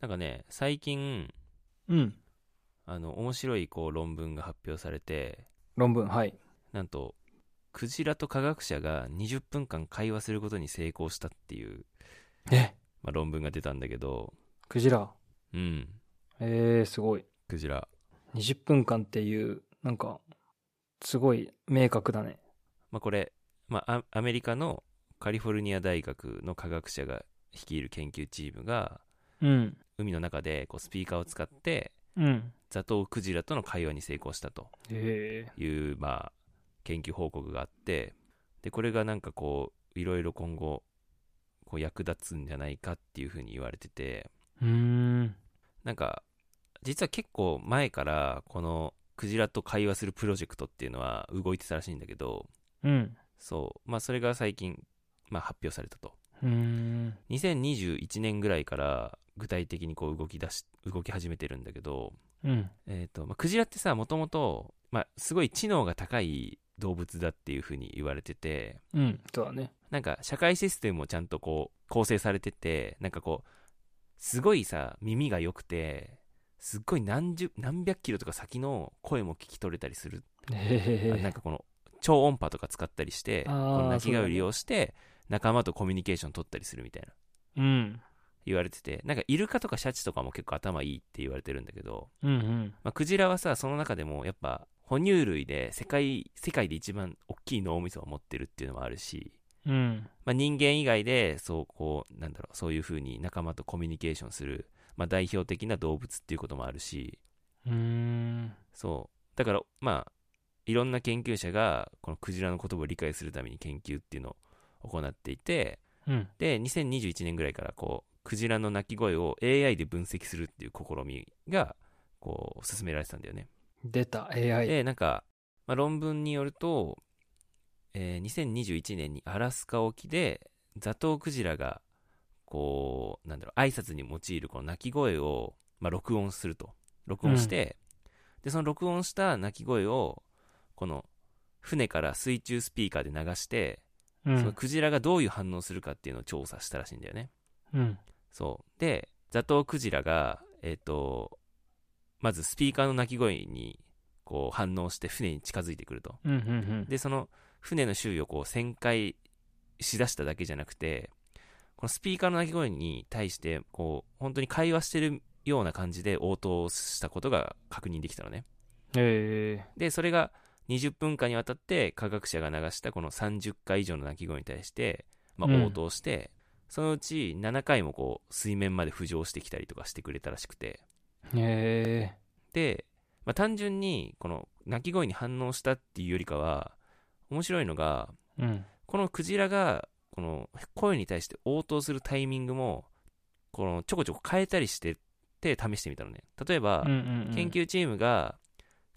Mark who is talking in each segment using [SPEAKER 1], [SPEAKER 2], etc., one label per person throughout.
[SPEAKER 1] なんかね、最近、
[SPEAKER 2] うん。
[SPEAKER 1] あの、面白いこう論文が発表されて、
[SPEAKER 2] 論文、はい。
[SPEAKER 1] なんと、クジラと科学者が20分間会話することに成功したっていう、
[SPEAKER 2] え
[SPEAKER 1] まあ、論文が出たんだけど、
[SPEAKER 2] クジラ。
[SPEAKER 1] うん、
[SPEAKER 2] えー、すごい。
[SPEAKER 1] クジラ。
[SPEAKER 2] 20分間っていう、なんか、すごい明確だね。
[SPEAKER 1] まあ、これ、まあ、アアメリカのカリフォルニア大学の科学者が率いる研究チームが、
[SPEAKER 2] うん。
[SPEAKER 1] 海の中でこうスピーカーを使って、
[SPEAKER 2] うん。
[SPEAKER 1] ザトウクジラとの会話に成功したと。
[SPEAKER 2] え
[SPEAKER 1] いう、まあ、研究報告があってでこれがなんかこういろいろ今後こう役立つんじゃないかっていうふうに言われてて
[SPEAKER 2] ー。うーん。
[SPEAKER 1] なんか実は結構前からこのクジラと会話するプロジェクトっていうのは動いてたらしいんだけど
[SPEAKER 2] うん。
[SPEAKER 1] そうまあそれが最近、まあ、発表されたと
[SPEAKER 2] うーん。
[SPEAKER 1] 2021年ぐらいから具体的にこう動き出し動き始めてるんだけど
[SPEAKER 2] うん。
[SPEAKER 1] えーとまあ、クジラってさもともと、まあ、すごい知能が高い動物だっていうふうに言われてて
[SPEAKER 2] うん。そうだね。
[SPEAKER 1] なんか社会システムもちゃんとこう構成されててなんかこうすごいさ耳が良くてすっごい何十何百キロとか先の声も聞き取れたりする、
[SPEAKER 2] え
[SPEAKER 1] あなんかこの超音波とか使ったりしてこ
[SPEAKER 2] あー
[SPEAKER 1] の鳴き
[SPEAKER 2] そう
[SPEAKER 1] 声
[SPEAKER 2] だ
[SPEAKER 1] を
[SPEAKER 2] ね
[SPEAKER 1] 利用して仲間とコミュニケーション取ったりするみたいな
[SPEAKER 2] うん。
[SPEAKER 1] 言われててなんかイルカとかシャチとかも結構頭いいって言われてるんだけど
[SPEAKER 2] うんうん。
[SPEAKER 1] まあ、クジラはさその中でもやっぱ哺乳類で世界世界で一番大きい脳みそを持ってるっていうのもあるし、
[SPEAKER 2] うん。
[SPEAKER 1] まあ、人間以外でそうこうなんだろうそういうふうに仲間とコミュニケーションする、まあ、代表的な動物っていうこともあるし
[SPEAKER 2] うーん。
[SPEAKER 1] そうだからまあいろんな研究者がこのクジラの言葉を理解するために研究っていうのを行っていて
[SPEAKER 2] うん。
[SPEAKER 1] で2021年ぐらいからこうクジラの鳴き声を AI で分析するっていう試みがこう進められてたんだよね。
[SPEAKER 2] 出た AI。
[SPEAKER 1] でなんか、まあ、論文によると、えー2021年にアラスカ沖でザトウクジラがこうなんだろう挨拶に用いるこの鳴き声を、まあ、録音すると録音して、でその録音した鳴き声をこの船から水中スピーカーで流して、
[SPEAKER 2] う
[SPEAKER 1] その
[SPEAKER 2] ん。
[SPEAKER 1] クジラがどういう反応するかっていうのを調査したらしいんだよね
[SPEAKER 2] うん。
[SPEAKER 1] そうでザトウクジラがえっ、とまずスピーカーの鳴き声にこう反応して船に近づいてくると
[SPEAKER 2] うん。うん。
[SPEAKER 1] でその船の周囲をこう旋回しだしただけじゃなくてこのスピーカーの鳴き声に対してこう本当に会話してるような感じで応答をしたことが確認できたのね
[SPEAKER 2] え
[SPEAKER 1] でそれが20分間にわたって科学者が流したこの30回以上の鳴き声に対して、ま
[SPEAKER 2] う
[SPEAKER 1] あ、
[SPEAKER 2] ん
[SPEAKER 1] 応答して、そのうち7回もこう水面まで浮上してきたりとかしてくれたらしくて
[SPEAKER 2] ー。え
[SPEAKER 1] で、まあ、単純にこの鳴き声に反応したっていうよりかは面白いのが
[SPEAKER 2] ー。うん。
[SPEAKER 1] このクジラがこの声に対して応答するタイミングもこのちょこちょこ変えたりしてて試してみたのね例えば、
[SPEAKER 2] うんうんうん。
[SPEAKER 1] 研究チームが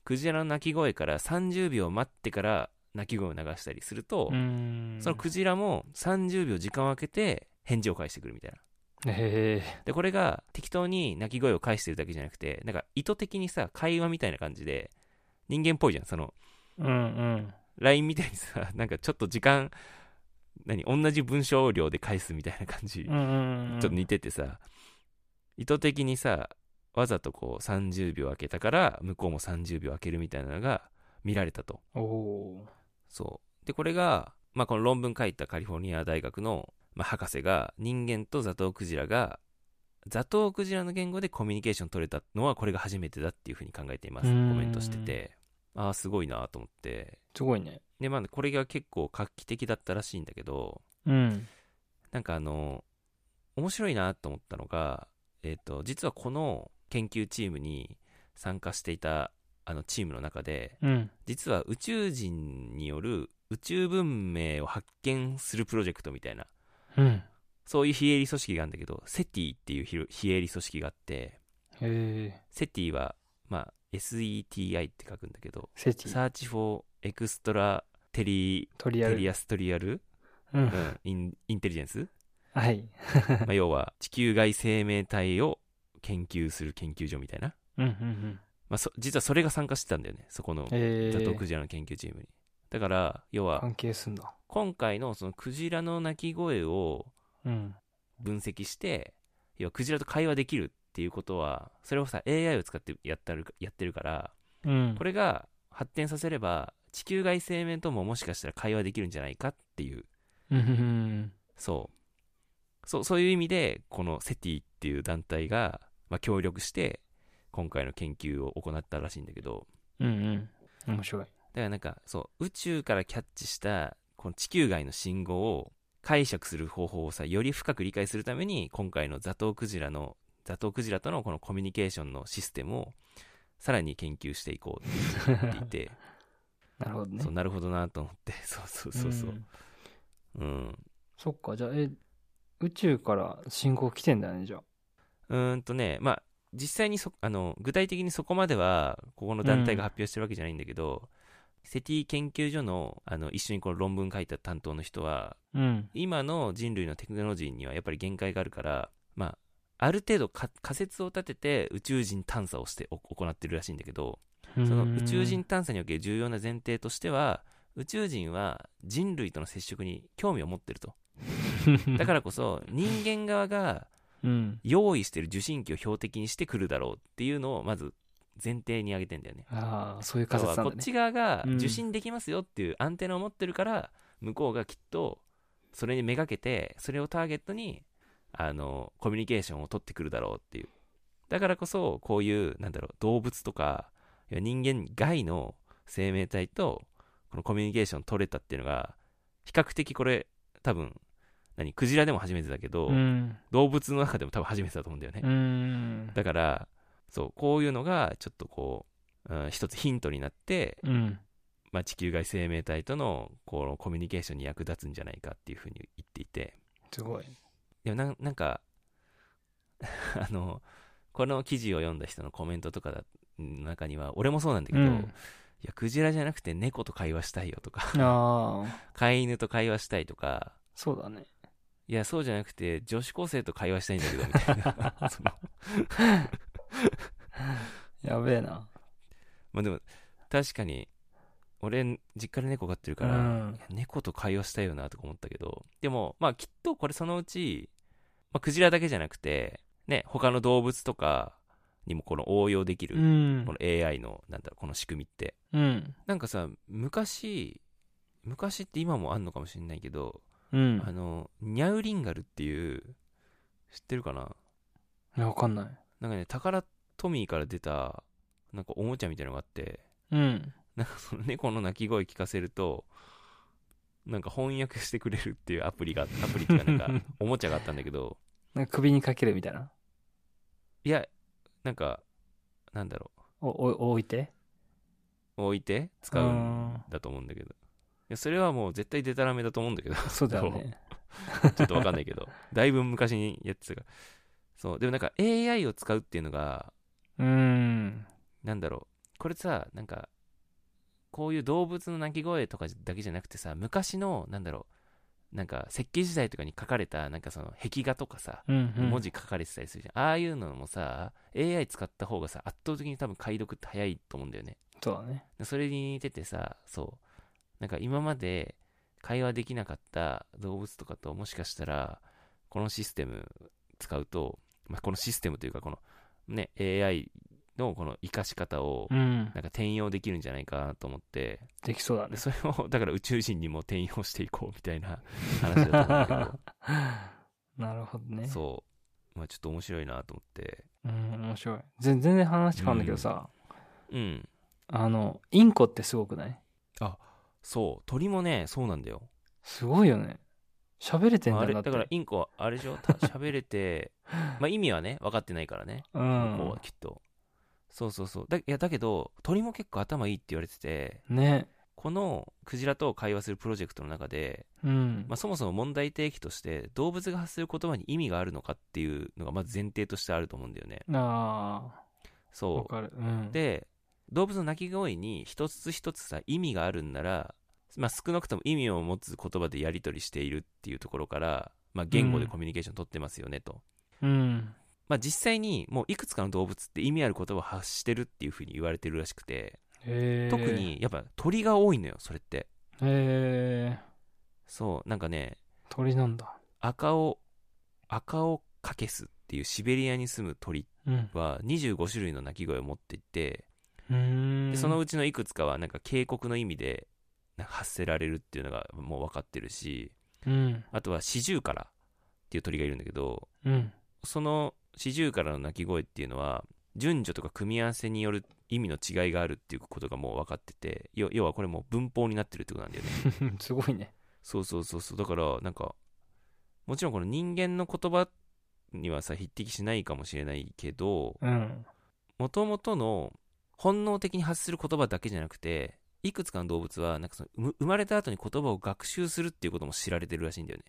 [SPEAKER 1] クジラの鳴き声から30秒待ってから鳴き声を流したりすると、
[SPEAKER 2] うん。
[SPEAKER 1] そのクジラも30秒時間を空けて返事を返してくるみたいな
[SPEAKER 2] え
[SPEAKER 1] でこれが適当に鳴き声を返してるだけじゃなくてなんか意図的にさ会話みたいな感じで人間っぽいじゃんその
[SPEAKER 2] ー。うんうん。
[SPEAKER 1] LINE みたいにさなんかちょっと時間何同じ文章量で返すみたいな感じ、
[SPEAKER 2] うんうんうん
[SPEAKER 1] ちょっと似ててさ意図的にさわざとこう30秒空けたから向こうも30秒空けるみたいなのが見られたと
[SPEAKER 2] おお
[SPEAKER 1] そうでこれが、まあ、この論文書いたカリフォルニア大学の、まあ、博士が人間とザトウクジラがザトウクジラの言語でコミュニケーション取れたのはこれが初めてだっていうふうに考えています
[SPEAKER 2] う
[SPEAKER 1] コ
[SPEAKER 2] ーん
[SPEAKER 1] メントしててああすごいなと思って
[SPEAKER 2] すごいね
[SPEAKER 1] でまあこれが結構画期的だったらしいんだけど
[SPEAKER 2] うん
[SPEAKER 1] なんかあの面白いなと思ったのが、えー、と実はこの研究チームに参加していたあのチームの中で
[SPEAKER 2] うん
[SPEAKER 1] 実は宇宙人による宇宙文明を発見するプロジェクトみたいな
[SPEAKER 2] うん
[SPEAKER 1] そういう非営利組織があるんだけどセティっていう非非営利組織があって
[SPEAKER 2] え
[SPEAKER 1] セティは、まあ、SETI って書くんだけど
[SPEAKER 2] ー、セティ
[SPEAKER 1] サーチフォーエクストラテリ
[SPEAKER 2] トリア
[SPEAKER 1] テ
[SPEAKER 2] ル
[SPEAKER 1] リアストリアル、
[SPEAKER 2] うん
[SPEAKER 1] うん、インインテリジェンス
[SPEAKER 2] はい
[SPEAKER 1] ま あ、要は地球外生命体を研究する研究所みたいな、
[SPEAKER 2] うんうんうん
[SPEAKER 1] まあ、そ実はそれが参加してたんだよねそこの
[SPEAKER 2] え
[SPEAKER 1] ザトウク
[SPEAKER 2] ー、
[SPEAKER 1] ジラの研究チームにだから要は
[SPEAKER 2] 関係すんだ
[SPEAKER 1] 今回のそのクジラの鳴き声を
[SPEAKER 2] うん
[SPEAKER 1] 分析して要はクジラと会話できるっていうことはそれをさ AI を使ってやってるやってるから
[SPEAKER 2] うん
[SPEAKER 1] これが発展させれば地球外生命とももしかしたら会話できるんじゃないかっていう
[SPEAKER 2] うんうんうん
[SPEAKER 1] そうそうそういう意味でこのセティっていう団体が、まあ、協力して今回の研究を行ったらしいんだけど
[SPEAKER 2] うんうん面白い
[SPEAKER 1] だからなんかそう宇宙からキャッチしたこの地球外の信号を解釈する方法をさより深く理解するために今回のザトウクジラのザトウクジラとのこのコミュニケーションのシステムをさらに研究していこうって言っていて、
[SPEAKER 2] なるほどね
[SPEAKER 1] そうなるほどなと思ってそうそうそうそう、
[SPEAKER 2] ん
[SPEAKER 1] うん。
[SPEAKER 2] そっかじゃあえ宇宙から信号来てんだねじゃあ
[SPEAKER 1] うーんとね、まあ、実際にそあの具体的にそこまではここの団体が発表してるわけじゃないんだけど、セティ研究所のあの一緒にこの論文書いた担当の人は
[SPEAKER 2] うん
[SPEAKER 1] 今の人類のテクノロジーにはやっぱり限界があるから、まあ、ある程度か仮説を立てて宇宙人探査をしてお行ってるらしいんだけどその宇宙人探査における重要な前提としては宇宙人は人類との接触に興味を持ってるとだからこそ人間側が
[SPEAKER 2] うん
[SPEAKER 1] 用意してる受信機を標的にしてくるだろうっていうのをまず前提に挙げてんだよね。
[SPEAKER 2] ああそういう仮
[SPEAKER 1] 要は
[SPEAKER 2] 説な
[SPEAKER 1] こ
[SPEAKER 2] んだ
[SPEAKER 1] っ
[SPEAKER 2] ね
[SPEAKER 1] ち側が
[SPEAKER 2] うん
[SPEAKER 1] 受信できますよっていうアンテナを持ってるから、向こうがきっとそれにめがけてそれをターゲットにあのコミュニケーションを取ってくるだろうっていうだからこそこういうなんだろう動物とかいや人間外の生命体とこのコミュニケーション取れたっていうのが比較的これ多分何クジラでも初めてだけど、
[SPEAKER 2] うん
[SPEAKER 1] 動物の中でも多分初めてだと思うんだよね、
[SPEAKER 2] うん
[SPEAKER 1] だからそうこういうのがちょっとこう、うん、一つヒントになって、
[SPEAKER 2] うん
[SPEAKER 1] まあ、地球外生命体とのこのコミュニケーションに役立つんじゃないかっていうふうに言っていて
[SPEAKER 2] すごい
[SPEAKER 1] でもなんなんか あのこの記事を読んだ人のコメントとかだの中には俺もそうなんだけど、
[SPEAKER 2] うん
[SPEAKER 1] いやクジラじゃなくて猫と会話したいよとか
[SPEAKER 2] ああ
[SPEAKER 1] 飼い犬と会話したいとか
[SPEAKER 2] そうだね
[SPEAKER 1] いやそうじゃなくて女子高生と会話したいんだけどみたいなその
[SPEAKER 2] やべえな
[SPEAKER 1] まあでも確かに俺実家で猫飼ってるから、
[SPEAKER 2] うん
[SPEAKER 1] いや猫と会話したいよなとか思ったけどでもまあきっとこれそのうち、まあ、クジラだけじゃなくてね他の動物とかにもこの応用でき
[SPEAKER 2] う
[SPEAKER 1] る、
[SPEAKER 2] ん
[SPEAKER 1] この AI のなんだろうこの仕組みって
[SPEAKER 2] うん
[SPEAKER 1] なんかさ昔昔って今もあんのかもしれないけど、
[SPEAKER 2] うん
[SPEAKER 1] あのニャウリンガルっていう知ってるかない
[SPEAKER 2] やわかんない
[SPEAKER 1] なんかねタカラトミーから出たなんかおもちゃみたいなのがあって
[SPEAKER 2] うん
[SPEAKER 1] なんかその猫の鳴き声聞かせると、なんか翻訳してくれるっていうアプリが、アプリっていうかなんかおもちゃがあったんだけど、
[SPEAKER 2] なんか首にかけるみたいない
[SPEAKER 1] や、なんか、なんだろ
[SPEAKER 2] おお置いて
[SPEAKER 1] う、置いて使うんだと思うんだけど、いやそれはもう絶対デタラメだと思うんだけど、
[SPEAKER 2] そうだよね
[SPEAKER 1] ちょっとわかんないけど、だいぶ昔にやってたから。そう、でもなんか AI を使うっていうのが、
[SPEAKER 2] うん
[SPEAKER 1] なんだろう、これさ、なんか、こういう動物の鳴き声とかだけじゃなくてさ、昔の、なんだろう、なんか石器時代とかに書かれた、なんかその壁画とかさ、
[SPEAKER 2] うんうん
[SPEAKER 1] 文字書かれてたりするじゃん。ああいうのもさ、AI 使った方がさ、圧倒的に多分解読って早いと思うんだよね。
[SPEAKER 2] そうだね
[SPEAKER 1] それに似ててさ、そう、なんか今まで会話できなかった動物とかともしかしたら、このシステム使うと、まあ、このシステムというか、このね、AI のこの活かし方を、
[SPEAKER 2] う
[SPEAKER 1] な
[SPEAKER 2] ん
[SPEAKER 1] んか転用できるんじゃないかなと思って、
[SPEAKER 2] できそうだね
[SPEAKER 1] でそれをだから宇宙人にも転用していこうみたい な話だと思うんだけ
[SPEAKER 2] なるほど ね
[SPEAKER 1] ど、そう、まあ、ちょっと面白いなと思って、
[SPEAKER 2] うん面白い全全然話変わるんだけどさ、
[SPEAKER 1] うん、
[SPEAKER 2] あのインコってすごくない
[SPEAKER 1] そう、鳥もね、そうなんだよ。
[SPEAKER 2] すごいよね喋れてん
[SPEAKER 1] まあ
[SPEAKER 2] だ
[SPEAKER 1] あ
[SPEAKER 2] よ
[SPEAKER 1] れ
[SPEAKER 2] だっ
[SPEAKER 1] だ
[SPEAKER 2] て
[SPEAKER 1] からインコはあれでしょ、た喋れ て、まあ、意味はね、分かってないからね、
[SPEAKER 2] う
[SPEAKER 1] 向こうは
[SPEAKER 2] ん
[SPEAKER 1] きっと。そうそうそうだいやだけど鳥も結構頭いいって言われてて
[SPEAKER 2] ね
[SPEAKER 1] このクジラと会話するプロジェクトの中で、
[SPEAKER 2] うん、
[SPEAKER 1] まあ、そもそも問題提起として動物が発する言葉に意味があるのかっていうのがまず前提としてあると思うんだよね
[SPEAKER 2] ああわ
[SPEAKER 1] そ
[SPEAKER 2] かるうん
[SPEAKER 1] うで動物の鳴き声に一つ一つさ意味があるんなら、まあ、少なくとも意味を持つ言葉でやり取りしているっていうところから、まあ、言語でコミュニケーション取ってますよねと、
[SPEAKER 2] うん
[SPEAKER 1] まあ、実際にもういくつかの動物って意味ある言葉を発してるっていうふうに言われてるらしくて
[SPEAKER 2] へえ
[SPEAKER 1] 特にやっぱ鳥が多いのよそれって
[SPEAKER 2] へえ
[SPEAKER 1] そうなんかね
[SPEAKER 2] 鳥なんだ
[SPEAKER 1] 赤を赤をかけすっっていうシベリアに住む鳥
[SPEAKER 2] うん。
[SPEAKER 1] は25種類の鳴き声を持っていて、
[SPEAKER 2] うーん。
[SPEAKER 1] でそのうちのいくつかはなんか警告の意味でなんか発せられるっていうのがもう分かってるし
[SPEAKER 2] うん。
[SPEAKER 1] あとはシジュウカラっていう鳥がいるんだけど
[SPEAKER 2] うん。
[SPEAKER 1] そのシジュウカラの鳴き声っていうのは順序とか組み合わせによる意味の違いがあるっていうことがもう分かってて要要はこれもう文法になってるってことなん だよね
[SPEAKER 2] すごいね。
[SPEAKER 1] そうそうそうそうだからなんかもちろんこの人間の言葉にはさ匹敵しないかもしれないけど
[SPEAKER 2] うん。
[SPEAKER 1] もともとの本能的に発する言葉だけじゃなくていくつかの動物はなんかその生生まれた後に言葉を学習するっていうことも知られてるらしいんだよね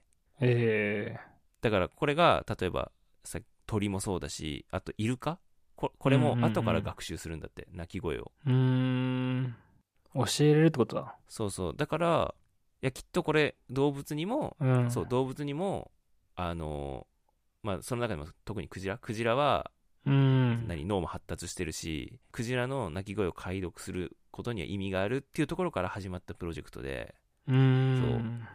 [SPEAKER 2] え
[SPEAKER 1] だからこれが例えばさ鳥もそうだしあとイルカここれも後から学習するんだって、鳴き声を
[SPEAKER 2] えー。うーん。教えれるってことだ。
[SPEAKER 1] そうそうだからいやきっとこれ動物にも、
[SPEAKER 2] うん。
[SPEAKER 1] そう。動物にもあのまあその中でも特にクジラクジラは
[SPEAKER 2] うん。
[SPEAKER 1] 何脳も発達してるしクジラの鳴き声を解読することには意味があるっていうところから始まったプロジェクトで、
[SPEAKER 2] うーん。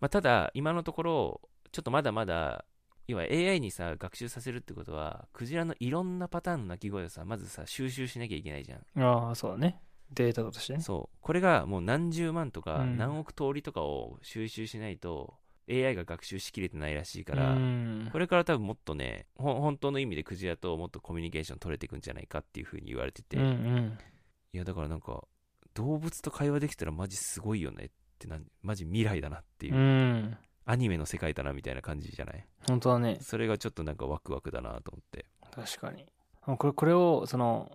[SPEAKER 1] まあ、ただ今のところちょっとまだまだ要は AI にさ学習させるってことはクジラのいろんなパターンの鳴き声をさまずさ収集しなきゃいけないじゃん
[SPEAKER 2] ああ、そうだね。データとしてね。
[SPEAKER 1] そうこれがもう何十万とか
[SPEAKER 2] うん
[SPEAKER 1] 何億通りとかを収集しないと AI が学習しきれてないらしいか
[SPEAKER 2] う
[SPEAKER 1] ら
[SPEAKER 2] ん
[SPEAKER 1] これから多分もっとねほん本当の意味でクジラともっとコミュニケーション取れていくんじゃないかっていうふうに言われてて、
[SPEAKER 2] うんうん。
[SPEAKER 1] いやだからなんか動物と会話できたらマジすごいよねってなんマジ未来だなっていう、
[SPEAKER 2] うん。
[SPEAKER 1] アニメの世界だなみたいな感じじゃない
[SPEAKER 2] 本当だね。
[SPEAKER 1] それがちょっとなんかワクワクだなと思って
[SPEAKER 2] 確かに。あこれ、これを、その、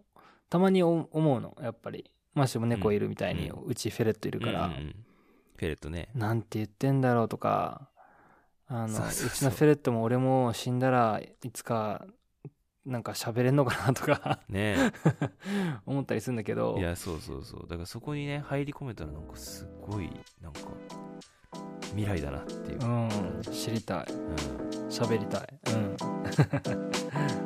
[SPEAKER 2] たまにお思うの、やっぱり。マシも猫いるみたいに、
[SPEAKER 1] う
[SPEAKER 2] うちフェレットいるから、
[SPEAKER 1] うんうんうんフェレットね
[SPEAKER 2] なんて言ってんだろうとか、あの、
[SPEAKER 1] そうそうそう
[SPEAKER 2] うちのフェレットも俺も死んだらいつか、なんか喋れんのかなとか
[SPEAKER 1] ね
[SPEAKER 2] 思ったりするんだけど
[SPEAKER 1] い、やそうそうそうだからそこにね入り込めたらなんかすごいなんか未来だなっていう
[SPEAKER 2] う、ん、知りたい。
[SPEAKER 1] うん
[SPEAKER 2] 喋りたい。うん。